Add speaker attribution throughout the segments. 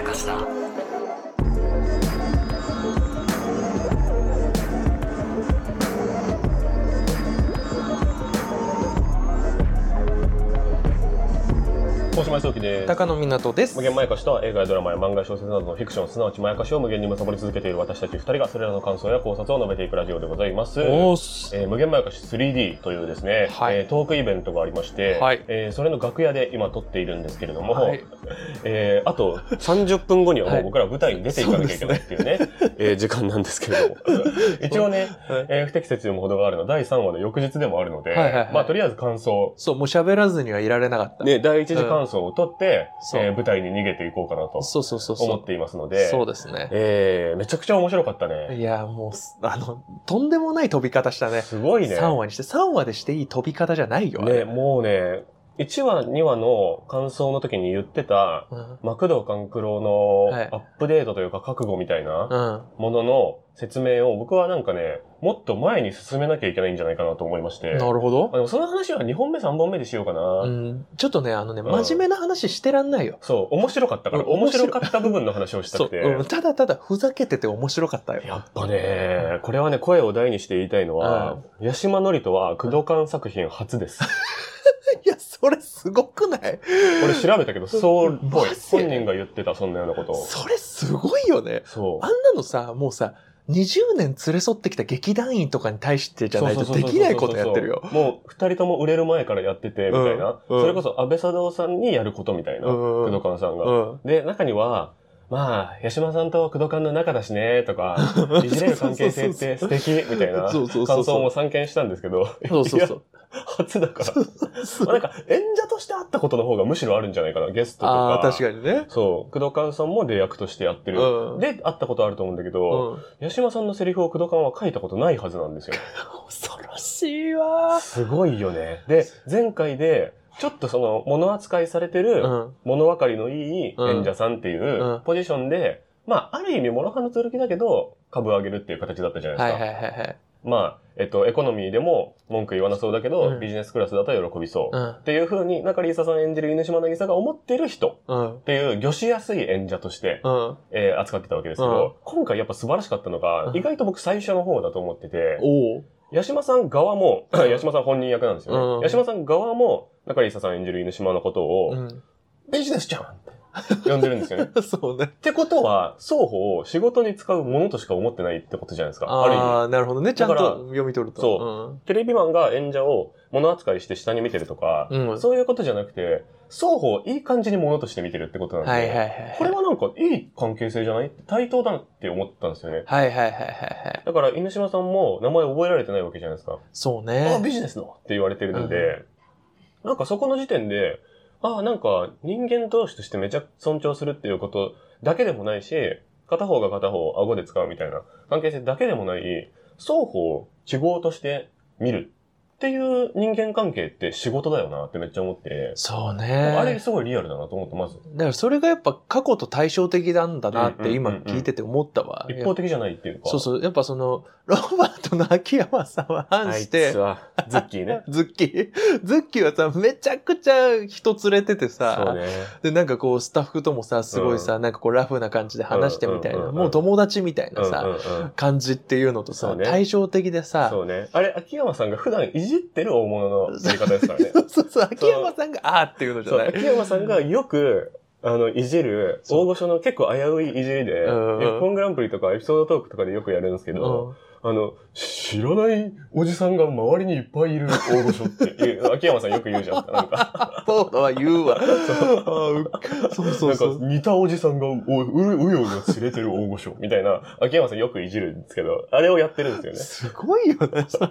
Speaker 1: ました
Speaker 2: 大島康之です
Speaker 3: 高野湊です
Speaker 2: 無。限まやかしとは映画やドラマや漫画や小説などのフィクションすなわちまやかしを無限に貪り続けている私たち二人がそれらの感想や考察を述べていくラジオでございます。
Speaker 3: おーす。
Speaker 2: えー無限まやかし 3D というですね、
Speaker 3: はい
Speaker 2: えートークイベントがありまして、
Speaker 3: はい
Speaker 2: えーそれの楽屋で今撮っているんですけれども、
Speaker 3: はい
Speaker 2: えーあと30分後にはも
Speaker 3: は
Speaker 2: う
Speaker 3: い
Speaker 2: 僕ら舞台に出ていかなきゃいけないっていうね、 えー時間なんですけれど も。一応ね、
Speaker 3: はい
Speaker 2: えー不適切にも程があるのは第3話の翌日でもあるので、
Speaker 3: はいはいはい
Speaker 2: まあとりあえず感想、
Speaker 3: そう、もう喋らずにはいられなかった。
Speaker 2: ね、第一次感想を取って、
Speaker 3: うん
Speaker 2: えー舞台に逃げていこうかなと
Speaker 3: そうそうそうそう。
Speaker 2: 思っていますので、
Speaker 3: そうですね。
Speaker 2: えーめちゃくちゃ面白かったね。
Speaker 3: いや、もうす、あの、とんでもない飛び方したね。
Speaker 2: すごいね。
Speaker 3: 3話にして、3話でしていい飛び方じゃないよ。あ
Speaker 2: ね、
Speaker 3: れ
Speaker 2: もうね、1話、2話の感想の時に言ってた、
Speaker 3: うん。
Speaker 2: マクド勘九郎
Speaker 3: はい
Speaker 2: のアップデートというか覚悟みたいな
Speaker 3: うん。
Speaker 2: ものの説明を僕はなんかね、もっと前に進めなきゃいけないんじゃないかなと思いまして。
Speaker 3: なるほ
Speaker 2: あ
Speaker 3: ど。
Speaker 2: でもその話は2本目3本目でしようかな。
Speaker 3: うん。ちょっとね、あのね、
Speaker 2: うん
Speaker 3: 真面目な話してらんないよ。
Speaker 2: そう、面白かったから、
Speaker 3: うん面
Speaker 2: 面
Speaker 3: 白い
Speaker 2: 白かった部分の話をした
Speaker 3: そう
Speaker 2: くて。
Speaker 3: うん。ただただふざけてて面白かったよ。
Speaker 2: やっぱね、これはね、声を大にして言いたいのは、八島のりとは、工藤館作品初です。
Speaker 3: いや、それすごくない
Speaker 2: 俺調べたけ ど、そうっぽい
Speaker 3: マ。ジ
Speaker 2: 本人が言ってた、そんなようなことを。
Speaker 3: それすごいよね。
Speaker 2: そ
Speaker 3: あんなのさ、もうさ、20年連れ添ってきた劇団員とかに対して
Speaker 2: う。
Speaker 3: じゃない
Speaker 2: そ
Speaker 3: と
Speaker 2: うそう
Speaker 3: で
Speaker 2: そうそう
Speaker 3: きないことやってるよ。。
Speaker 2: もう、二人とも売れる前からやってて、みたいな。
Speaker 3: うんうん
Speaker 2: それこそ、安倍貞夫さんにやることみたいな。
Speaker 3: うんうん
Speaker 2: 工
Speaker 3: うん
Speaker 2: 藤館さん
Speaker 3: う
Speaker 2: が。
Speaker 3: ん。
Speaker 2: で、中には、まあ、八島さんと工藤館の仲だしね、と か、いじれる関係性って素敵、みたいな
Speaker 3: そうそうそうそ
Speaker 2: 感
Speaker 3: う
Speaker 2: 想も散見したんですけど、
Speaker 3: そうそうそう。
Speaker 2: 初だから。まあ なんか、演者として会ったことの方がむしろあるんじゃないかな、ゲストとか。
Speaker 3: ああー、確かにね。
Speaker 2: そう。工藤勘さんも出役としてやってる。
Speaker 3: うん
Speaker 2: で、会ったことあると思うんだけ
Speaker 3: う
Speaker 2: ど、
Speaker 3: ん。
Speaker 2: 八島さんのセリフを工藤勘は書いたことないはずなんです よ。
Speaker 3: 恐ろしいわー。
Speaker 2: すごいよね。で、前回で、ちょっとその、物扱いされてる、
Speaker 3: うん。
Speaker 2: 物分かりのいい演者さんっていううんポジションで、まあ、ある意味、モロハの続きだけど、株上げるっていう形だったじゃないです
Speaker 3: は
Speaker 2: か。
Speaker 3: いはいはいはい。
Speaker 2: まあ、えっと、エコノミーでも文句言わなそうだけど、
Speaker 3: うん
Speaker 2: ビジネスクラスだと喜びそう。
Speaker 3: うん
Speaker 2: っていう風に、中里依紗さん演じる犬島渚が思ってる人っ。
Speaker 3: うん。
Speaker 2: ていう、魚しやすい演者として、
Speaker 3: うん。
Speaker 2: えー扱ってたわけですけど、今回やっぱ素晴らしかったのが
Speaker 3: う、ん
Speaker 2: 意外と僕最初の方だと思ってて、
Speaker 3: おう
Speaker 2: 八島さん側も、
Speaker 3: うん
Speaker 2: 八島さん本人役なんですよ
Speaker 3: うん
Speaker 2: ね。八島さん側も、中里依紗さん演じる犬島のこと
Speaker 3: う
Speaker 2: を、
Speaker 3: ん。
Speaker 2: ビジネスちゃんって呼んでるんです よね。
Speaker 3: そうね
Speaker 2: っ。てことは、双方を仕事に使うものとしか思ってないってことじゃないですか。ある意味。
Speaker 3: ああ、なるほどね。ちゃん
Speaker 2: だから
Speaker 3: と読み取ると。
Speaker 2: そテレビマンが演者を物扱いして下に見てるとか、
Speaker 3: うん。うん。
Speaker 2: そういうことじゃなくて、双方いい感じに物として見てるってことなんで、
Speaker 3: はいはいはい。
Speaker 2: これはなんかいい関係性じゃない対等だなって思ったんですよね。
Speaker 3: はいはいはいはいはい。
Speaker 2: だから、犬島さんも名前覚えられてないわけじゃないですか。
Speaker 3: そう
Speaker 2: あ、
Speaker 3: ね。
Speaker 2: ビジネスのって言われてるので、なんかそこの時点で、あ、なんか人間同士としてめちゃ尊重するっていうことだけでもないし、片方が片方を顎で使うみたいな関係性だけでもない、双方を記号として見るっていう人間関係って仕事だよなってめっちゃ思って、
Speaker 3: そう
Speaker 2: あれ
Speaker 3: ね。
Speaker 2: すごいリアルだなと思って、まず。
Speaker 3: だからそれがやっぱ過去と対照的なんだなっ
Speaker 2: うん
Speaker 3: て
Speaker 2: うんうん
Speaker 3: 今
Speaker 2: うん
Speaker 3: 聞いてて思ったわ。
Speaker 2: 一方的じゃないっていうか。
Speaker 3: そうそう。やっぱその、ロバートの秋山さんは反
Speaker 2: あい
Speaker 3: し
Speaker 2: つ
Speaker 3: て、
Speaker 2: は、ズッキーね。
Speaker 3: ズッキー、ズッキーはさ、めちゃくちゃ人連れてて
Speaker 2: そ
Speaker 3: さ、
Speaker 2: うね。
Speaker 3: で、なんかこう、スタッフともさ、すごいさ、なんかこう、ラフな感じで話してみたいな、
Speaker 2: うんうんうんうん
Speaker 3: もう友達みたいなさ、
Speaker 2: うんうんうん
Speaker 3: 感じっていうのとさ、
Speaker 2: そうね
Speaker 3: 対照的でさ、
Speaker 2: そうね。あれ、秋山さんが普段いじってる大物のやり方ですからね。
Speaker 3: そうそうそう、秋山さんが、あーっていうのじゃ
Speaker 2: そう、
Speaker 3: ない。
Speaker 2: 秋山さんがよく、あの、いじる、
Speaker 3: そう
Speaker 2: 大御所の結構危ういいじりで、
Speaker 3: うんうん
Speaker 2: F1 グランプリとかエピソードトークとかでよくやるんですけど、
Speaker 3: うん
Speaker 2: あの、知らないおじさんが周りにいっぱいいる大御所っていう、秋山さんよく言うじゃん。なんか、
Speaker 3: そうだわ、言 うわ。あーうっそうそうそ
Speaker 2: なんか
Speaker 3: う。
Speaker 2: 似たおじさんがおう、う、うようよ連れてる大御所みたいな、秋山さんよくいじるんですけど、あれをやってるんですよね。
Speaker 3: すごいよ ね。それ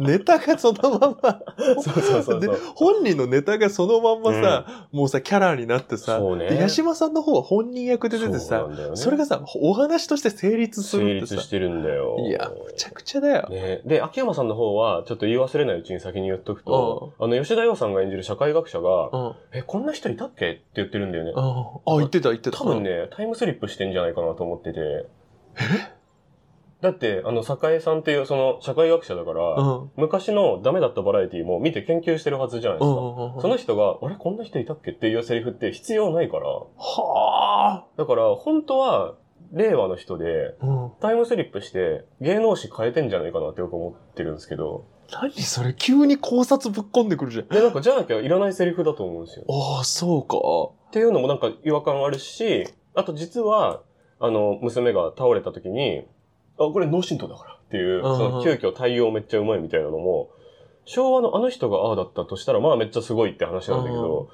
Speaker 3: ネタがそのまま。
Speaker 2: そうそうそう
Speaker 3: で
Speaker 2: そう。、
Speaker 3: 本人のネタがそのまんまさ、もうさ、キャラになってさ、
Speaker 2: そうね
Speaker 3: で、八島さんの方は本人役で出て
Speaker 2: そう
Speaker 3: さ、
Speaker 2: なんだよね
Speaker 3: それがさ、お話として成立す
Speaker 2: 成
Speaker 3: るって
Speaker 2: 立
Speaker 3: さ
Speaker 2: し。てるんだよ。
Speaker 3: いや、むちゃくちゃだよ。
Speaker 2: ね、で、秋山さんの方は、ちょっと言い忘れないうちに先に言っとくと、あの、吉田洋さんが演じる社会学者が、
Speaker 3: うん。うん。
Speaker 2: え、こんな人いたっけって言ってるんだよね。
Speaker 3: あ、言ってた、言ってた。
Speaker 2: 多分ね、タイムスリップしてんじゃないかなと思ってて。えだって、あの、坂井さんっていう、その、社会学者だから、
Speaker 3: うん。うん
Speaker 2: 昔のダメだったバラエティも見て研究してるはずじゃないで
Speaker 3: う
Speaker 2: す
Speaker 3: ん
Speaker 2: か。
Speaker 3: うんうん。
Speaker 2: その人が、あれこんな人いたっけっていうセリフって必要ないから。
Speaker 3: は
Speaker 2: だから、本当は、令和の人で、
Speaker 3: あ。うん。
Speaker 2: タイムスリップして、芸能史変えてんじゃないかなってよく思ってるんですけど。
Speaker 3: 何それ急に考察ぶっ込んでくるじゃん。
Speaker 2: で、なんか、じゃなきゃいらないセリフだと思うんですよ。
Speaker 3: ああ、そうか。
Speaker 2: っていうのもなんか違和感あるし、あと実は、あの、娘が倒れた時に、あ、これ脳震盪だからっていう、
Speaker 3: うんうん
Speaker 2: その急遽対応めっちゃうまいみたいなのも、昭和のあの人がああだったとしたら、まあめっちゃすごいって話なんだけど、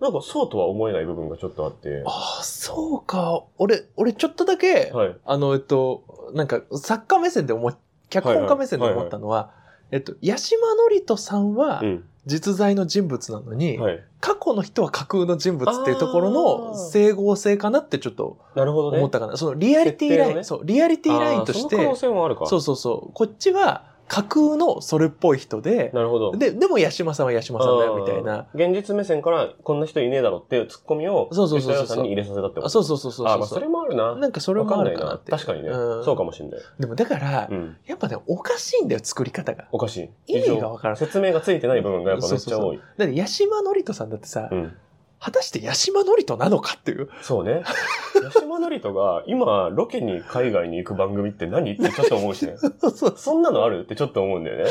Speaker 2: なんかそうとは思えない部分がちょっとあって、
Speaker 3: ああ、そうか。俺、俺ちょっとだけ、
Speaker 2: はい。
Speaker 3: あの、えっと、なんか、作家目線で思い、脚本家目線で思ったのは、えっと、八島のりとさんは
Speaker 2: うん。
Speaker 3: 実在の人物なのに、
Speaker 2: はい。
Speaker 3: 過去の人は架空の人物っていうところの
Speaker 2: あー
Speaker 3: 整合性かなってちょっと
Speaker 2: なるほどね。
Speaker 3: 思ったかな。そのリアリティ
Speaker 2: 設定
Speaker 3: ライン、
Speaker 2: のね
Speaker 3: そう、リアリティラインと
Speaker 2: あー
Speaker 3: し
Speaker 2: その可
Speaker 3: て
Speaker 2: 能、性もあるか。
Speaker 3: そうそうそう、こっちは架空のそれっぽい人で、
Speaker 2: なるほど。
Speaker 3: で、でも八島さんは八島さんだよ
Speaker 2: あー
Speaker 3: みたいな。
Speaker 2: 現実目線からこんな人いねえだろっていうツッコミを、
Speaker 3: そうそうそうそ
Speaker 2: 吉
Speaker 3: う
Speaker 2: 田屋さんに入れさせたってこと
Speaker 3: あそうそうそうそう
Speaker 2: あ、
Speaker 3: そ
Speaker 2: まあ
Speaker 3: う
Speaker 2: それもあるな。
Speaker 3: なんかそれもあるかなって。
Speaker 2: 確かにね、
Speaker 3: うん
Speaker 2: そうかもしれない。
Speaker 3: でもだから、
Speaker 2: うん。
Speaker 3: やっぱね、おかしいんだよ、作り方が。
Speaker 2: おかしい。
Speaker 3: 意味がわからん
Speaker 2: 以上説明がついてない部分がやっぱめっちゃ多い。
Speaker 3: だって、八島のりとさんだってさ、
Speaker 2: うん。
Speaker 3: 果たして八島のりとなのかっていう。
Speaker 2: そう ね。八島のりとが今、ロケに海外に行く番組って何ってちょっと思うしね。
Speaker 3: そう
Speaker 2: そんなのあるってちょっと思うんだよね。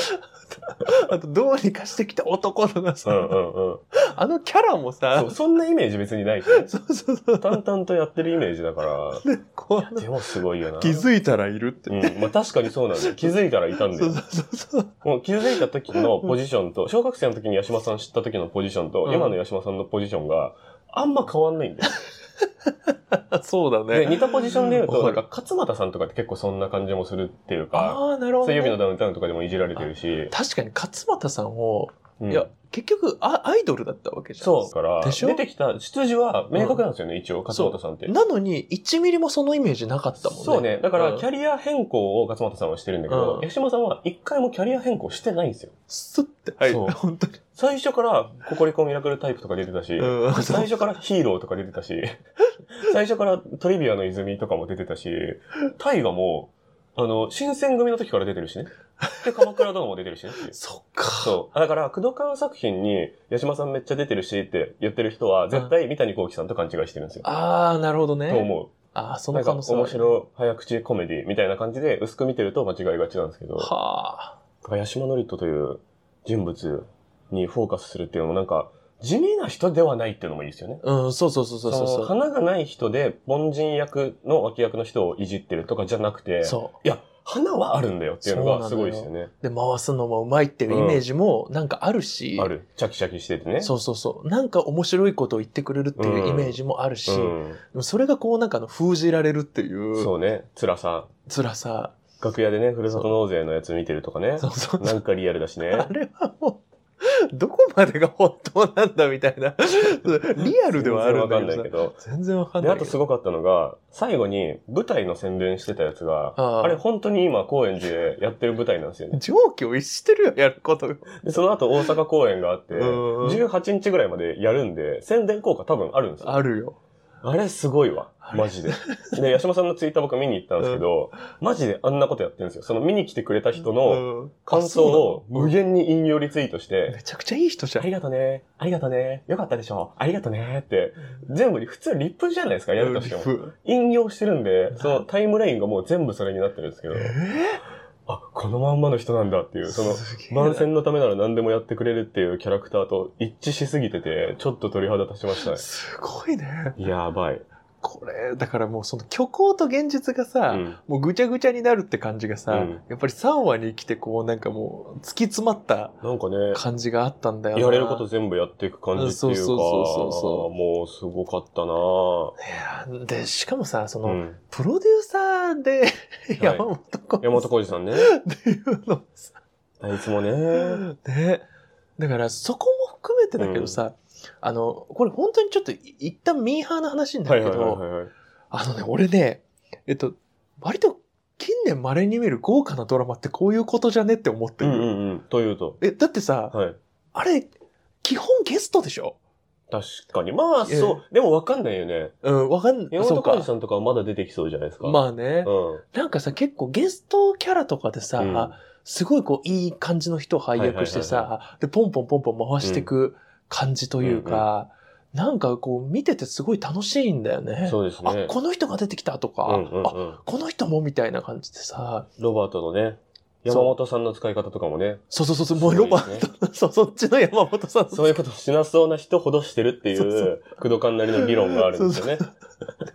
Speaker 3: あと、どうにかしてきた男のな
Speaker 2: う
Speaker 3: さ、
Speaker 2: んうんうん。
Speaker 3: あのキャラもさ
Speaker 2: そう、、そんなイメージ別にないし、ね。
Speaker 3: そうそうそう。
Speaker 2: 淡々とやってるイメージだ か
Speaker 3: こう
Speaker 2: ら。でもすごいよな。
Speaker 3: 気づいたらいるって。
Speaker 2: うん。まあ確かにそうなんだよ。気づいたらいたんだ
Speaker 3: そう
Speaker 2: よ
Speaker 3: そ。うそうそう。
Speaker 2: もう気づいた時のポジションと、小学生の時に八島さん知った時のポジションと、
Speaker 3: うん
Speaker 2: 今の八島さんのポジションがあんま変わんないんだよ。
Speaker 3: そうだ
Speaker 2: で、
Speaker 3: ね。
Speaker 2: 似たポジションで言うと、
Speaker 3: は
Speaker 2: ないんか勝俣さんとかって結構そんな感じもするっていうか、
Speaker 3: ああ、なるほど
Speaker 2: 水
Speaker 3: ね、
Speaker 2: 曜日のダウンタウンとかでもいじられてるし、
Speaker 3: 確かに勝俣さんを、
Speaker 2: うん
Speaker 3: いや、結局あ、アイドルだったわけじゃん。
Speaker 2: そうだから、
Speaker 3: でしょ
Speaker 2: 出てきた出自は明確なんですよね、一応、勝俣さんって。
Speaker 3: なのに、1ミリもそのイメージなかったもんね。
Speaker 2: そうね。だから、キ
Speaker 3: ャ
Speaker 2: ャリア変更を勝俣さんはしてるんだけ
Speaker 3: う
Speaker 2: ど
Speaker 3: ん、
Speaker 2: 八島さんは一回もキャリア変更してないんですよ。
Speaker 3: スッて入
Speaker 2: そう
Speaker 3: る。本当に。
Speaker 2: 最初から、ココリコミラクルタイプとか出てたし、
Speaker 3: うん
Speaker 2: 最初からヒーローとか出てたし、 最初からトリビアの泉とかも出てたし、大河も、あの、新選組の時から出てるしね。で、鎌倉殿も出てるしねって いう。
Speaker 3: そっか。
Speaker 2: そう。だから、工藤館作品に、八島さんめっちゃ出てるしって言ってる人は、絶対三谷幸喜さんと勘違いしてるんですよ。
Speaker 3: ああ、なるほどね。
Speaker 2: と思。
Speaker 3: ああ、そう
Speaker 2: な
Speaker 3: の
Speaker 2: んか、
Speaker 3: 可能性は
Speaker 2: 面白早口コメディみたいな感じで、薄く見てると間違いがちなんですけど、だか
Speaker 3: はあ。
Speaker 2: ら八島智人という人物にフォーカスするっていうのも、なんか、地味な人ではないっていうのもいいですよね。
Speaker 3: うん、そうそうそう
Speaker 2: そう
Speaker 3: そそう
Speaker 2: の、
Speaker 3: そう。
Speaker 2: 花がない人で、凡人役の脇役の人をいじってるとかじゃなくて、
Speaker 3: そ
Speaker 2: いや、花はあるんだよっていうのがすごいですよね。
Speaker 3: う。で、回すのもうまいっていうイメージもなんかあるし、
Speaker 2: ある。チャキチャキしててね。
Speaker 3: そうそうそう。なんか面白いことを言ってくれるっていうイメージもあるし、
Speaker 2: うん。
Speaker 3: でもそれがこうなんかあの封じられるっていう
Speaker 2: そうね。辛さ。
Speaker 3: 辛さ。
Speaker 2: 楽屋でね、ふるさと納税のやつ見てるとかね。
Speaker 3: そうそう
Speaker 2: なんかリアルだし
Speaker 3: あ
Speaker 2: ね。
Speaker 3: れはもう、どこまでが本当なんだみたい な。 リアルではあるんだけ
Speaker 2: 全然わかんない
Speaker 3: ど
Speaker 2: け
Speaker 3: さ。
Speaker 2: ど。
Speaker 3: 全然わかん
Speaker 2: で、
Speaker 3: ない
Speaker 2: あ
Speaker 3: けど。
Speaker 2: とすごかったのが、最後に舞台の宣伝してたやつが、
Speaker 3: ああ
Speaker 2: あれ本当に今高円寺でやってる舞台なん ですよね。
Speaker 3: 上気を逸してるよ、やることが。
Speaker 2: で、その後大阪公演があって、
Speaker 3: うん
Speaker 2: 18日ぐらいまでやるんで、宣伝効果多分あるんですよ。
Speaker 3: あるよ。
Speaker 2: あれすごいわ
Speaker 3: あ。れ
Speaker 2: マジで。で、八島さんのツイッター僕見に行ったんですけど、マジであんなことやってるんですよ。その見に来てくれた人の
Speaker 3: うん
Speaker 2: 感想を
Speaker 3: あそうなの
Speaker 2: 無限に引用リツイートして、
Speaker 3: めちゃくちゃいい人じ
Speaker 2: あ
Speaker 3: ゃん。
Speaker 2: りがとね、ありがとね、よかったでしょ、ありがとねって、全部に普通リップじゃないですか、やるとしても。引用してるんで、そのタイムラインがもう全部それになってるんですけど
Speaker 3: え、え
Speaker 2: あ、このまんまの人なんだっていう、その、
Speaker 3: すげえな
Speaker 2: 万戦のためなら何でもやってくれるっていうキャラクターと一致しすぎてて、ちょっと鳥肌立ちましたね。
Speaker 3: すごいね。
Speaker 2: やばい。
Speaker 3: これ、だからもうその虚構と現実が
Speaker 2: う
Speaker 3: さ、
Speaker 2: ん。
Speaker 3: もうぐちゃぐちゃになるって感じがさ、
Speaker 2: うん
Speaker 3: やっぱり3話に来てこうなんかもう突き詰まった
Speaker 2: なんかね、
Speaker 3: 感じがあったんだよな。
Speaker 2: やれること全部やっていく感じっていうか、
Speaker 3: そうそうそうそうそ
Speaker 2: もうすごかったな
Speaker 3: ねえで、しかもさ、その、
Speaker 2: うん、
Speaker 3: プロデューサーで山本浩
Speaker 2: 山
Speaker 3: 二
Speaker 2: 本浩二さ んね。
Speaker 3: っていうのもさ、
Speaker 2: あいつもね。
Speaker 3: ね。だからそこも含めてだけどさ、あの、これ本当にちょっとい一旦ミーハーな話にな
Speaker 2: はい
Speaker 3: る
Speaker 2: は
Speaker 3: け
Speaker 2: いはい
Speaker 3: ど、
Speaker 2: はい。
Speaker 3: あのね、俺ね、えっと、割と近年稀に見る豪華なドラマってこういうことじゃねって思って
Speaker 2: う
Speaker 3: る。
Speaker 2: んうんうん。というと。
Speaker 3: え、だってさ、
Speaker 2: はい。
Speaker 3: あれ、基本ゲストでしょ
Speaker 2: 確かに。まあ、そう。でもわかんないよね。
Speaker 3: うん、わかんない。
Speaker 2: 山
Speaker 3: そ
Speaker 2: 本
Speaker 3: う
Speaker 2: 浩二
Speaker 3: か。
Speaker 2: さんとかはまだ出てきそうじゃないですか。
Speaker 3: まあね
Speaker 2: う。ん。
Speaker 3: なんかさ、結構ゲストキャラとかでさ、
Speaker 2: うん
Speaker 3: すごいこう、いい感じの人を配役し
Speaker 2: はい
Speaker 3: て
Speaker 2: は
Speaker 3: さ、で、ポンポンポンポン回していく感じというか、なんかこう、見ててすごい楽しいんだよね。
Speaker 2: そうです
Speaker 3: あ
Speaker 2: ね、。
Speaker 3: この人が出てきたとか、
Speaker 2: うんうん
Speaker 3: あ、
Speaker 2: うん。
Speaker 3: この人もみたいな感じでさ、
Speaker 2: ロバートのね、
Speaker 3: そう
Speaker 2: 山本さんの使い方とかもね。
Speaker 3: そうそうそうそう、もうロバー
Speaker 2: ート。
Speaker 3: ト、 そう、そっちの山本さん。
Speaker 2: そういうことをしなそうな人ほどしてるってい、
Speaker 3: そうそう
Speaker 2: 工藤官なりの議論があるんですよね。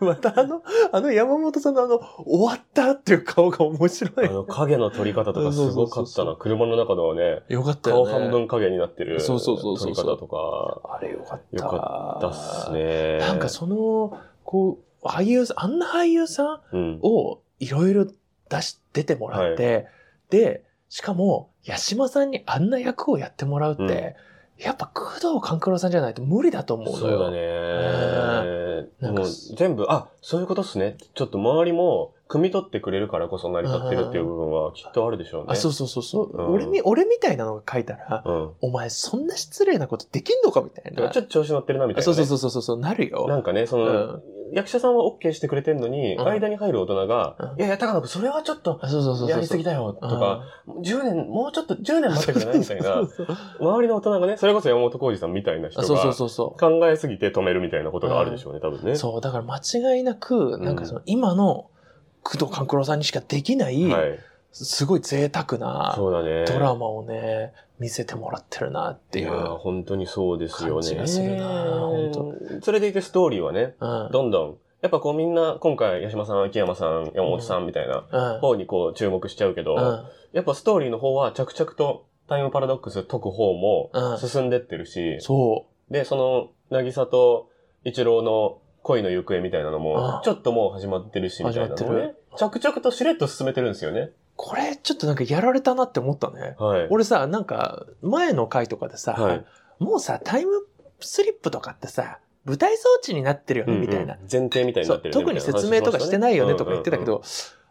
Speaker 3: またあの、あの山本さんのあの、終わったっていう顔が面白
Speaker 2: あ
Speaker 3: い。
Speaker 2: の、影の取り方とかすごかっ
Speaker 3: そうそうそ
Speaker 2: た
Speaker 3: うそ
Speaker 2: な。車の中のね、
Speaker 3: よかったよ
Speaker 2: 顔半。
Speaker 3: ね。
Speaker 2: 分影になってる
Speaker 3: そうそうそうそ
Speaker 2: 撮
Speaker 3: う
Speaker 2: り方とか、
Speaker 3: あれよかった。
Speaker 2: よだっすね。
Speaker 3: なんかその、こう、俳優さん、あんな俳優さん
Speaker 2: うん。
Speaker 3: をいろいろ出し、出てもらって、で、しかも、八島さんにあんな役をやってもらうって、やっぱ工藤官九郎さんじゃないと無理だと思うの
Speaker 2: そう
Speaker 3: よ。
Speaker 2: だね。
Speaker 3: なんか
Speaker 2: もう全部、あ、そういうことっすね。ちょっと周りも、汲み取ってくれるからこそ成り立ってるっていう部分はきっとあるでしょうね。
Speaker 3: あ、そうそうそうそう、
Speaker 2: うん
Speaker 3: 俺み、俺みたいなのが書いたら、
Speaker 2: うん。
Speaker 3: お前そんな失礼なことできんのかみたい
Speaker 2: だから
Speaker 3: な。
Speaker 2: ちょっと調子乗ってるなみたいな、ね。
Speaker 3: そうそうそうそうそう、なるよ。
Speaker 2: なんかね、その、役者さんは OK してくれてんのに、
Speaker 3: うん
Speaker 2: 間に入る大人が、
Speaker 3: うん
Speaker 2: いやいや、高野君、それはちょっと、
Speaker 3: あそうそうそうそう。
Speaker 2: やりすぎだよ、とか、10年、もうちょっと10年待ってくれないみたい
Speaker 3: そ
Speaker 2: な
Speaker 3: う、そうそう
Speaker 2: 周りの大人がね、それこそ山本浩二さんみたいな人
Speaker 3: あそうそう
Speaker 2: が、
Speaker 3: そうそ
Speaker 2: 考えすぎて止めるみたいなことがあるでしょうね、多分ね。
Speaker 3: う。そう、だから間違いなく、
Speaker 2: ん
Speaker 3: なんかその、今の工藤官九郎さんにしかできない、
Speaker 2: はい。
Speaker 3: すごい贅沢な
Speaker 2: そうだね。
Speaker 3: ドラマをね、見せてもらってるなっていう。
Speaker 2: やー本当にそうですよね。
Speaker 3: 感じがするなー
Speaker 2: 当。それでいてストーリーはね、
Speaker 3: うん。
Speaker 2: どんどん、やっぱこうみんな、今回、八島さん、秋山さん、山本さんみたいな、
Speaker 3: うん。
Speaker 2: 方にこう注目しちゃうけど、
Speaker 3: うん。
Speaker 2: やっぱストーリーの方は着々とタイムパラドックス解く方も
Speaker 3: うん
Speaker 2: 進んでってるし、
Speaker 3: そ
Speaker 2: で、その、渚と一郎の恋の行方みたいなの
Speaker 3: う
Speaker 2: も
Speaker 3: ん、
Speaker 2: ちょっともう始まってるし、みたいなのも
Speaker 3: 始まって
Speaker 2: ね。着々としれっと進めてるんですよね。
Speaker 3: う。これ、ちょっとなんかやられたなって思ったね。
Speaker 2: はい。
Speaker 3: 俺さ、なんか、前の回とかでさ、
Speaker 2: はい
Speaker 3: もうさ、タイムスリップとかってさ、舞台装置になってるよね、みたいな。
Speaker 2: うんうん前提みたいに
Speaker 3: そ
Speaker 2: な
Speaker 3: う
Speaker 2: ってるね
Speaker 3: 特に説明とかしてないよねとか言ってたけ。
Speaker 2: み
Speaker 3: ど、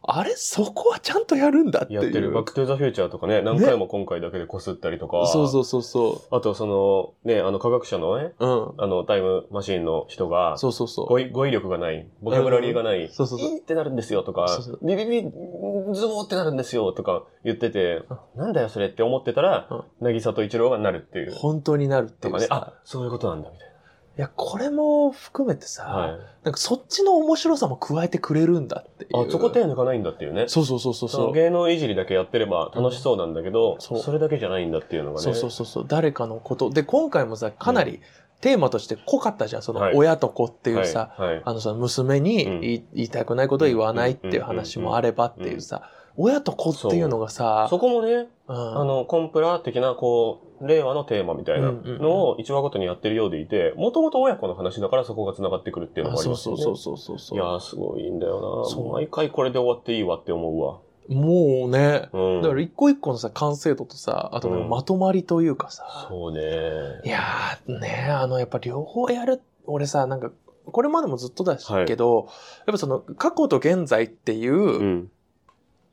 Speaker 3: あれそこはちゃんとやるんだってい
Speaker 2: た
Speaker 3: う。
Speaker 2: いな話もしましたねうんうんうんやってる。バックトゥーザフューチャーとかね、何回も今回だけでこすったりとか。
Speaker 3: そうそうそうそ
Speaker 2: あと、その、ね、あの科学者のね、
Speaker 3: う。うん。
Speaker 2: あのタイムマシーンの人が、
Speaker 3: そうそうそう。
Speaker 2: 語彙語彙力がない、ボキャブラリーがない、
Speaker 3: そうそうそう
Speaker 2: いいってなるんですよとか、
Speaker 3: そうそう
Speaker 2: ビビビ、ズボーってなるんですよとか言ってて、なんだよそれって思ってたら、渚と一郎がなるっていう。
Speaker 3: 本当になるって
Speaker 2: と
Speaker 3: い
Speaker 2: か
Speaker 3: う
Speaker 2: ね、あ、
Speaker 3: さ
Speaker 2: そういうことなんだみたい
Speaker 3: いや、これも含めてさ、
Speaker 2: な。はい。
Speaker 3: なんかそっちの面白さも加えてくれるんだっていう。
Speaker 2: あ、そこ手抜かないんだっていうね。
Speaker 3: そうそうそうそう
Speaker 2: そ
Speaker 3: そ
Speaker 2: の
Speaker 3: う。
Speaker 2: 芸能いじりだけやってれば楽しそうなんだけど、
Speaker 3: ん
Speaker 2: そ
Speaker 3: そう
Speaker 2: れだけじゃないんだっていうのがね。
Speaker 3: そうそうそうそう。誰かのこと。で、今回もさ、かなりテーマとして濃かったじゃん。その
Speaker 2: はい
Speaker 3: 親と子っていう
Speaker 2: はい
Speaker 3: さ、
Speaker 2: はい。
Speaker 3: あのさ、娘に言い,、言いたくないことを言わないっていう話もあればっていうさ、親と子っていうのがさ、
Speaker 2: そこもね、
Speaker 3: う
Speaker 2: あ
Speaker 3: ん、
Speaker 2: の、コンプラ的な、こう、令和のテーマみたいなのを一話ごとにやってるようでいて、もともと親子の話だからそこが繋がってくるっていうの
Speaker 3: あ
Speaker 2: もあり
Speaker 3: そ
Speaker 2: ま
Speaker 3: う
Speaker 2: すよ
Speaker 3: そ
Speaker 2: ね。
Speaker 3: うそうそうそうそう。
Speaker 2: いやー、すごいんだよな。
Speaker 3: そう
Speaker 2: 毎回これで終わっていいわって思うわ。
Speaker 3: もうね、
Speaker 2: うん。
Speaker 3: だから一個一個のさ、完成度とさ、あとなんか
Speaker 2: うん
Speaker 3: まとまりというかさ、
Speaker 2: そうね。
Speaker 3: いやーね、あの、やっぱ両方やる、俺さ、なんか、これまでもずっとだしけど、やっぱその過去と現在って
Speaker 2: う。
Speaker 3: いうん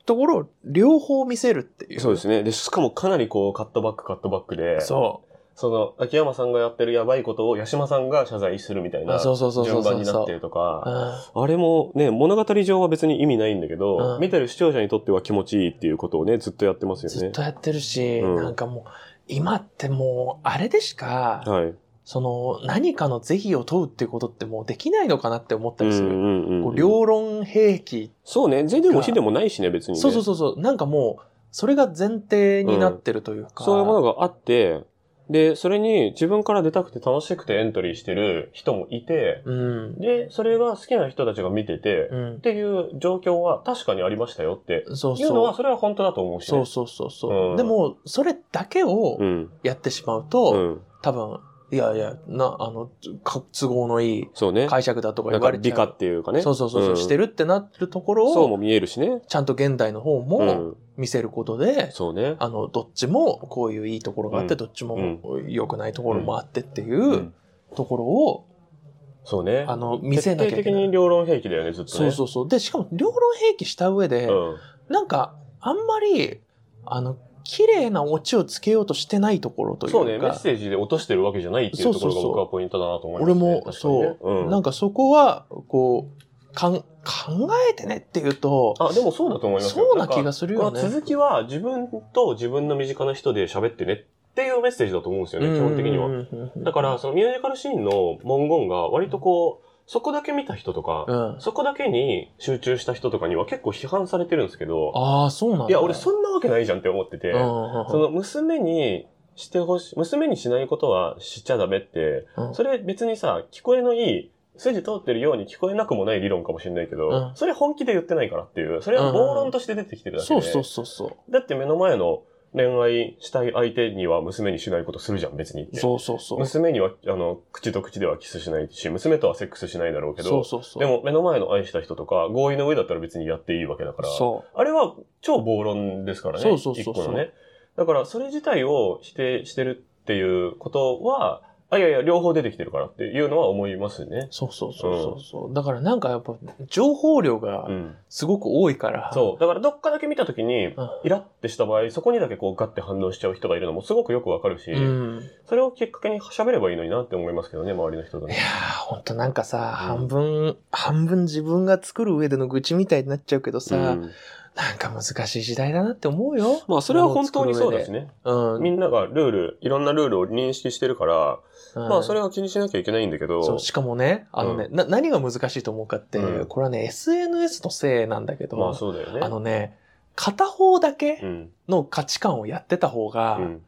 Speaker 3: ところを両方見せるっていう。
Speaker 2: そうですね。で、しかもかなりこう、カットバックカットバックで、そ
Speaker 3: そ。
Speaker 2: の、秋山さんがやってるやばいことを八島さんが謝罪するみたいう
Speaker 3: あ
Speaker 2: な
Speaker 3: そうそうそうそ
Speaker 2: 順
Speaker 3: うそう
Speaker 2: 番になってると
Speaker 3: う
Speaker 2: か、
Speaker 3: ん
Speaker 2: あれもね、物語上は別に意味ないんだけ
Speaker 3: う
Speaker 2: ど、
Speaker 3: ん
Speaker 2: 見てる視聴者にとっては気持ちいいっていうことをね、ずっとやってますよ
Speaker 3: ずっ
Speaker 2: ね。
Speaker 3: とやってるし、
Speaker 2: うん
Speaker 3: なんかもう、今ってもう、あれでしか、
Speaker 2: はい。
Speaker 3: その、何かの是非を問うっていうことってもうできないのかなって思ったりする。
Speaker 2: んうん
Speaker 3: こう両論兵器、
Speaker 2: そうね、全然も非でもないしね、別にね。
Speaker 3: そうそうそうそう、なんかもう、それが前提になってるというか。
Speaker 2: そういうものがあって、で、それに自分から出たくて楽しくてエントリーしてる人もいて、
Speaker 3: うん。
Speaker 2: で、それが好きな人たちが見てて、
Speaker 3: う
Speaker 2: っていう状況は確かにありましたよって
Speaker 3: ん。そう
Speaker 2: いうの
Speaker 3: そ
Speaker 2: は、
Speaker 3: う。
Speaker 2: それは本当だと思うし、
Speaker 3: そ
Speaker 2: ね。
Speaker 3: うそうそうそう、
Speaker 2: うん
Speaker 3: でも、それだけを
Speaker 2: うん。
Speaker 3: やってしま
Speaker 2: う
Speaker 3: うと、
Speaker 2: ん。
Speaker 3: 多分、いやいや、な、あの、か都合のいい
Speaker 2: そうね。
Speaker 3: 解釈だと
Speaker 2: な
Speaker 3: か言
Speaker 2: んか
Speaker 3: われ
Speaker 2: 美
Speaker 3: ち
Speaker 2: 化
Speaker 3: ゃ
Speaker 2: っ
Speaker 3: う。
Speaker 2: ていうかね。
Speaker 3: そうそうそう、
Speaker 2: ん
Speaker 3: してるってなってるところ
Speaker 2: そう
Speaker 3: を、
Speaker 2: も見えるしね。
Speaker 3: ちゃんと現代の方
Speaker 2: う
Speaker 3: も
Speaker 2: ん。
Speaker 3: 見せることで、
Speaker 2: そうね。
Speaker 3: あの、どっちもこういういいところがあって、
Speaker 2: うん
Speaker 3: どっち
Speaker 2: う
Speaker 3: も
Speaker 2: ん
Speaker 3: 良くないところもあってっていううんところを、
Speaker 2: そうね。
Speaker 3: あの、見せなきゃいけ
Speaker 2: 徹底的
Speaker 3: な
Speaker 2: に
Speaker 3: い。
Speaker 2: 両論兵器だよね、ずっと
Speaker 3: そう
Speaker 2: ね。
Speaker 3: そうそう。で、しかも両論併記した上で、
Speaker 2: うん。
Speaker 3: なんか、あんまり、あの、綺麗なオチをつけようとしてないところというか。
Speaker 2: そうね、メッセージで落としてるわけじゃないっていうところが僕はポイントだなと思いま
Speaker 3: 俺
Speaker 2: す、ね。
Speaker 3: も、そう、
Speaker 2: うん
Speaker 3: なんかそこは、こう、かん、考えてねっていうと、
Speaker 2: あ、でもそうだと思いますよ
Speaker 3: そうな気がするよ
Speaker 2: なんか
Speaker 3: ね。
Speaker 2: この続きは自分と自分の身近な人で喋ってねっていうメッセージだと思うんですよね、基本的には。
Speaker 3: は
Speaker 2: だから、、そのミュージカルシーンの文言が割とこう、そこだけ見た人とか、
Speaker 3: うん。
Speaker 2: そこだけに集中した人とかには結構批判されてるんですけど、
Speaker 3: ああ、そうなんだ。
Speaker 2: いや、俺そんなわけないじゃんって思ってて、
Speaker 3: うんうんうん
Speaker 2: その娘にしてほしい、娘にしないことはしちゃダメって、
Speaker 3: うん
Speaker 2: それ別にさ、聞こえのいい、筋通ってるように聞こえなくもない理論かもしれないけど、
Speaker 3: うん
Speaker 2: それ本気で言ってないからっていう、それは暴論として出てきてるだけで、
Speaker 3: そうそうそうそう。
Speaker 2: だって目の前の恋愛したい相手には娘にしないことするじゃん、別にって。
Speaker 3: そうそうそう。
Speaker 2: 娘には、あの、口と口ではキスしないし、娘とはセックスしないだろうけど、
Speaker 3: そうそうそう。
Speaker 2: でも目の前の愛した人とか、合意の上だったら別にやっていいわけだから、
Speaker 3: そ
Speaker 2: あれは超暴論ですからね。
Speaker 3: そうそうそうそう
Speaker 2: 一個のね。だから、それ自体を否定してるっていうことは、あ、いやいや、両方出てきてるからっていうのは思いますね
Speaker 3: う。。そうそうそうそうそう、だからなんかやっぱ、情報量が
Speaker 2: うん。
Speaker 3: すごく多いから。
Speaker 2: そう。だから、どっかだけ見たときに
Speaker 3: うん、
Speaker 2: イラってした場合、そこにだけこう、ガッて反応しちゃう人がいるのもすごくよくわかるし、
Speaker 3: うん。
Speaker 2: それをきっかけに喋ればいいのになって思いますけどね、周りの人と
Speaker 3: いや
Speaker 2: ね。
Speaker 3: ー、ほんとなんかさ、
Speaker 2: うん
Speaker 3: 半分、半分自分が作る上での愚痴みたいになっちゃうけどさ、
Speaker 2: うん
Speaker 3: なんか難しい時代だなって思うよ。
Speaker 2: まあ、それは本当にそうです
Speaker 3: ね。
Speaker 2: ね。
Speaker 3: うん。
Speaker 2: みんながルール、いろんなルールを認識してるから、
Speaker 3: うん
Speaker 2: まあ、それは気にしなきゃいけないんだけど、
Speaker 3: そう、しかもね、あのね、な、何が難しいと思うかって、
Speaker 2: うん
Speaker 3: これはね、SNS のせいなんだけど、
Speaker 2: まあ、そうだよね。
Speaker 3: あのね、片方だ
Speaker 2: う
Speaker 3: け
Speaker 2: ん。
Speaker 3: の価値観をやってた方
Speaker 2: う
Speaker 3: が、
Speaker 2: ん。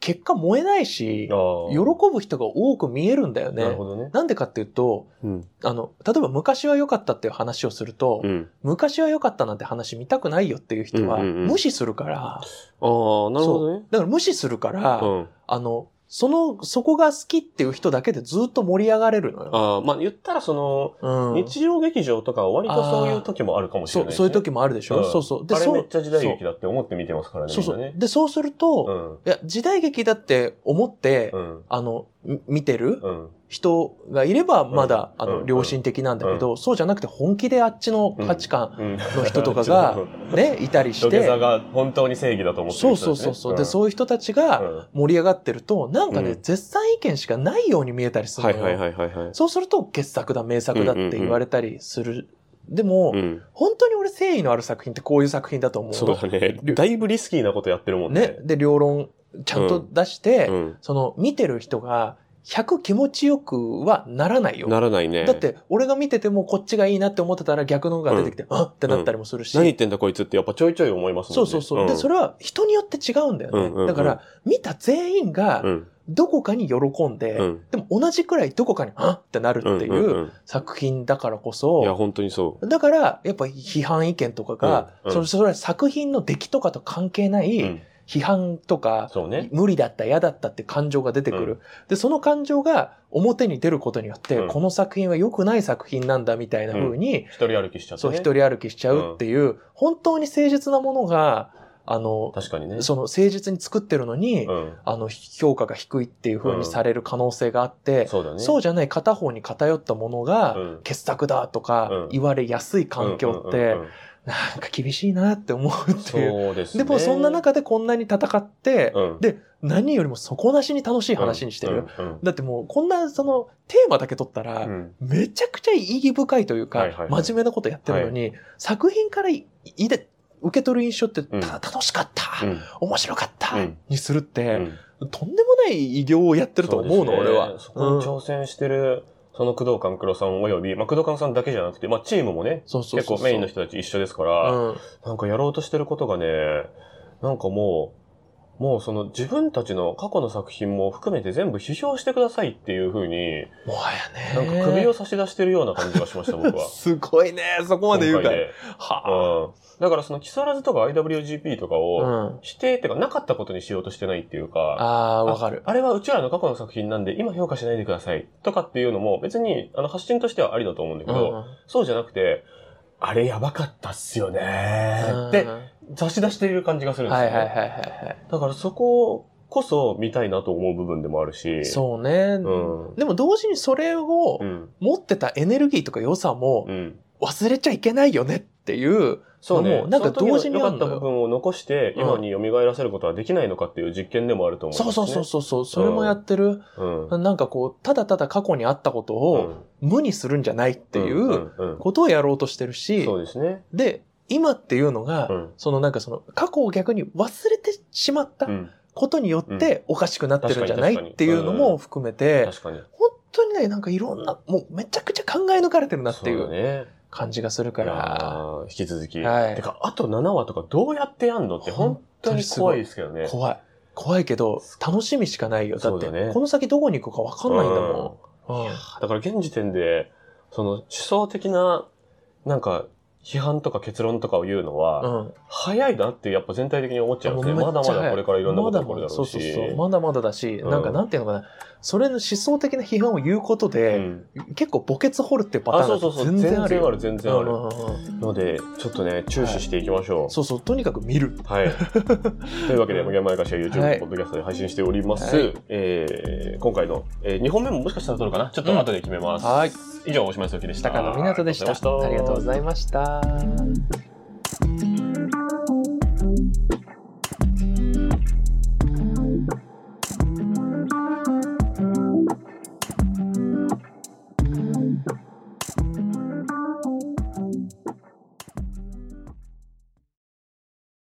Speaker 3: 結果燃えないし、喜
Speaker 2: 喜
Speaker 3: ぶ人が多く見えるんだよね
Speaker 2: なる。ほどね。
Speaker 3: なんでかっていうと、
Speaker 2: うん。
Speaker 3: あの、例えば昔は良かったっていう話をすると、
Speaker 2: うん。
Speaker 3: 昔は良かったなんて話見たくないよっていう人は
Speaker 2: うんうんうん
Speaker 3: 無視するから、
Speaker 2: ああ、なるほどね。
Speaker 3: だから無視するから、
Speaker 2: うん。
Speaker 3: あの、その、そこが好きっていう人だけでずっと盛り上がれるのよ。
Speaker 2: ああ、まあ言ったらその、
Speaker 3: うん、
Speaker 2: 日曜劇場とかは割とそういう時もあるかもし
Speaker 3: そ
Speaker 2: れ
Speaker 3: う
Speaker 2: ない、ね。
Speaker 3: そういう時もあるでしょ、
Speaker 2: うん
Speaker 3: そうそう。
Speaker 2: あれ
Speaker 3: そう
Speaker 2: めっちゃ時代劇だって思って見てますからね。
Speaker 3: そうそう
Speaker 2: みん
Speaker 3: そう
Speaker 2: な。ね
Speaker 3: で、そうすると、いや、時代劇だって思って、
Speaker 2: うん。うん。
Speaker 3: あの、み見てる
Speaker 2: うん。
Speaker 3: 人がいれば、まだ、
Speaker 2: うん
Speaker 3: あ
Speaker 2: うん
Speaker 3: の、良心的なんだけど、そうじゃなくて本気であっちの価値観、
Speaker 2: うん。
Speaker 3: の人とかが
Speaker 2: ちょっ
Speaker 3: ね、いたり
Speaker 2: と
Speaker 3: し
Speaker 2: 土下
Speaker 3: て、
Speaker 2: 座が本当に正義だと思って
Speaker 3: そ
Speaker 2: る
Speaker 3: う
Speaker 2: 人
Speaker 3: そ
Speaker 2: た
Speaker 3: う
Speaker 2: ち
Speaker 3: そ
Speaker 2: ね
Speaker 3: うそう。で、そういう人たちが、
Speaker 2: うん
Speaker 3: 盛り上がってると、なんかね、
Speaker 2: うん
Speaker 3: 絶賛意見しかないように見えたりする
Speaker 2: は
Speaker 3: の
Speaker 2: い
Speaker 3: よ。
Speaker 2: はいはいはいはい。
Speaker 3: そうすると、傑作だ、名作だって言われたりする。でも、
Speaker 2: うん。
Speaker 3: 本当に俺誠意のある作品ってこういう作品だと思うの。
Speaker 2: そうだね。
Speaker 3: りゅ
Speaker 2: だいぶリスキーなことやってるもん
Speaker 3: ね
Speaker 2: ね。。
Speaker 3: で、両論ちゃんと出して、
Speaker 2: うん。
Speaker 3: その、見てる人が100気持ちよくはならないよ。
Speaker 2: ならないね。
Speaker 3: だっ、て、俺が見ててもこっちがいいなって思ってたら逆のが出てきて、あってなったりもするし。
Speaker 2: 何言ってんだこいつってやっぱちょいちょい思いますもんね。
Speaker 3: そうそうそう。で、そ
Speaker 2: れ
Speaker 3: れは人によって違うんだよね。
Speaker 2: うんうんうん
Speaker 3: だから、見た全員が
Speaker 2: うん。
Speaker 3: どこかに喜んで、
Speaker 2: うん。
Speaker 3: でも同じくらいどこかに、あってなるってい
Speaker 2: んん
Speaker 3: ううん作品だから
Speaker 2: い
Speaker 3: こ
Speaker 2: や、
Speaker 3: そ、
Speaker 2: 本当にそう。
Speaker 3: だから、やっぱ批判意見とかが、
Speaker 2: うんうん
Speaker 3: それそれは作品の出来とかと関係な
Speaker 2: う
Speaker 3: い
Speaker 2: ん
Speaker 3: 批判とか、
Speaker 2: そうね。
Speaker 3: 無理だった、嫌だったって感情が出てくる。
Speaker 2: う
Speaker 3: で、その感情が表に出ることによって、
Speaker 2: うん
Speaker 3: この作品は良くない作品なんだみたいな風に、
Speaker 2: 一人歩きしちゃって、
Speaker 3: そう、
Speaker 2: ね。
Speaker 3: 一人歩きしちゃうっていう、本当に誠実なものが、あの、
Speaker 2: 確かにね。
Speaker 3: その誠実に作ってるのに、
Speaker 2: うん。
Speaker 3: あの、評価が低いっていう風にされる可能性があって、
Speaker 2: そうだね。
Speaker 3: そうじゃない片方に偏ったものが
Speaker 2: うん
Speaker 3: 傑作だとか
Speaker 2: うん
Speaker 3: 言われやすい環境っ
Speaker 2: うん
Speaker 3: て
Speaker 2: うんうんうん
Speaker 3: なんか厳しいなって思うっていう。
Speaker 2: そうですね。
Speaker 3: でもそんな中でこんなに戦って
Speaker 2: うん、
Speaker 3: で、何よりも底なしに楽しい話にしてる。
Speaker 2: うん。うん
Speaker 3: だってもうこんなそのテーマだけ取ったら
Speaker 2: う、ん
Speaker 3: めちゃくちゃ意義深いというか、
Speaker 2: はいはいはい
Speaker 3: 真面目なことやってるのに、作品からいいで受け取る印象って、た
Speaker 2: うん
Speaker 3: だ楽しかった、
Speaker 2: うん
Speaker 3: 面白かった、
Speaker 2: うん
Speaker 3: にするっ
Speaker 2: う
Speaker 3: て、
Speaker 2: ん
Speaker 3: とんでもない偉業をやってると思うの、
Speaker 2: そです
Speaker 3: 俺
Speaker 2: ね
Speaker 3: は。
Speaker 2: そこに挑戦してる、その工藤官九郎さんおよび、まあ、工藤官さんだけじゃなくて、まあ、チームもね、
Speaker 3: そうそう
Speaker 2: 結
Speaker 3: そう
Speaker 2: 構
Speaker 3: そう
Speaker 2: メインの人たち一緒ですから、
Speaker 3: うん
Speaker 2: なんかやろうとしてることがね、なんかもう、もうその自分たちの過去の作品も含めて全部批評してくださいっていう風に、
Speaker 3: もは
Speaker 2: な
Speaker 3: や
Speaker 2: ん
Speaker 3: ね。
Speaker 2: か首を差し出してるような感じがしました、僕は。
Speaker 3: すごいね、そこまで言う
Speaker 2: 今
Speaker 3: か
Speaker 2: 回
Speaker 3: ら。
Speaker 2: で
Speaker 3: は
Speaker 2: うん。だからその、木更津とか IWGP とか
Speaker 3: あ。う
Speaker 2: を、
Speaker 3: ん。
Speaker 2: 否定っていうか、なかったことにしようとしてないっていう
Speaker 3: あ
Speaker 2: か、
Speaker 3: あー、わかる。
Speaker 2: あれはうちらの過去の作品なんで、今評価しないでくださいとかっていうのも、別に、あの、発信としてはありだと思うんだけど、そうじゃなくて、あれやばかったっすよね
Speaker 3: うん
Speaker 2: ーっ
Speaker 3: う
Speaker 2: て
Speaker 3: ん
Speaker 2: 差し出している感じがするんです
Speaker 3: は
Speaker 2: よ
Speaker 3: い
Speaker 2: ね。
Speaker 3: はいはいはい
Speaker 2: だからそここそ見たいなと思う部分でもある
Speaker 3: はい。
Speaker 2: し。
Speaker 3: そうね。
Speaker 2: うん。
Speaker 3: でも同時にそれを
Speaker 2: うん。
Speaker 3: 持ってたエネルギーとか良さも
Speaker 2: うん。
Speaker 3: 忘れちゃいけないよねっていう、
Speaker 2: そう
Speaker 3: で
Speaker 2: ね
Speaker 3: も。なんか同時に
Speaker 2: 良
Speaker 3: あ
Speaker 2: か
Speaker 3: ん
Speaker 2: っ
Speaker 3: の
Speaker 2: た部
Speaker 3: よ
Speaker 2: 分を残して、
Speaker 3: うん
Speaker 2: 今に蘇らせることはできないのかっていう実験でもあると思う、
Speaker 3: そうそうそうそうそう、それもやってる。
Speaker 2: うん。うん。
Speaker 3: なんかこう、ただただ過去にあったことを無にするんじゃないってい
Speaker 2: ん
Speaker 3: う
Speaker 2: うんうん
Speaker 3: ことをやろうとしてるし、
Speaker 2: そうですね。
Speaker 3: で、今っていうのが、
Speaker 2: うん。
Speaker 3: そのなんかその過去を逆に忘れてしまった
Speaker 2: うん。
Speaker 3: ことによっておかしくなってるんじゃない
Speaker 2: 確かに
Speaker 3: っていうのも含めて、
Speaker 2: 確かに。
Speaker 3: 本当にね、なんかいろんな、もうめちゃくちゃ考え抜かれてるなってい
Speaker 2: そう
Speaker 3: う
Speaker 2: ね。
Speaker 3: 感じがするか
Speaker 2: い
Speaker 3: ら、
Speaker 2: やー引き続き。
Speaker 3: はい
Speaker 2: てか、あと7話とかどうやってやんのって本当に怖いですけどね。
Speaker 3: 怖い。怖いけど、楽しみしかないよ。だって、
Speaker 2: そうだね
Speaker 3: この先どこに行くかわかんないんだも
Speaker 2: う
Speaker 3: ん。うん
Speaker 2: い
Speaker 3: ん
Speaker 2: やーだから現時点で、その思想的な、なんか、批判とか結論とかを言うのは、
Speaker 3: うん
Speaker 2: 早いなってやっぱ全体的に思っちゃうんですね。
Speaker 3: もうめ
Speaker 2: ま
Speaker 3: っちゃ
Speaker 2: だまだこれからいろんなこと
Speaker 3: まだ
Speaker 2: 起こ
Speaker 3: ま
Speaker 2: る
Speaker 3: だ
Speaker 2: だろうし。
Speaker 3: そうそうそう。まだまだだし、
Speaker 2: うん
Speaker 3: なんかなんていうのかな。それの思想的な批判を言うこと
Speaker 2: う
Speaker 3: で、
Speaker 2: ん
Speaker 3: 結構墓穴掘るっていうパタ
Speaker 2: あ、
Speaker 3: ー
Speaker 2: そ
Speaker 3: ン
Speaker 2: うそうそ
Speaker 3: が
Speaker 2: う。
Speaker 3: 全
Speaker 2: 全
Speaker 3: 然
Speaker 2: 然
Speaker 3: あ
Speaker 2: あ
Speaker 3: るよ。
Speaker 2: る、全然ある。
Speaker 3: うんうんうん
Speaker 2: ので、ちょっとね、注視していきましょう。
Speaker 3: そうそう、とにかく見る。
Speaker 2: はい。 というわけで、無限前歌詞は YouTube、
Speaker 3: はい
Speaker 2: ポッドキャストで配信しております。
Speaker 3: はい
Speaker 2: えー今回の、え2本目ももしかしたら撮るかなちょっと後で決めます。
Speaker 3: はい。
Speaker 2: 以上、おしまいすおきでした。
Speaker 3: 高野湊でした。ありがとうご
Speaker 2: いま
Speaker 3: ざいました。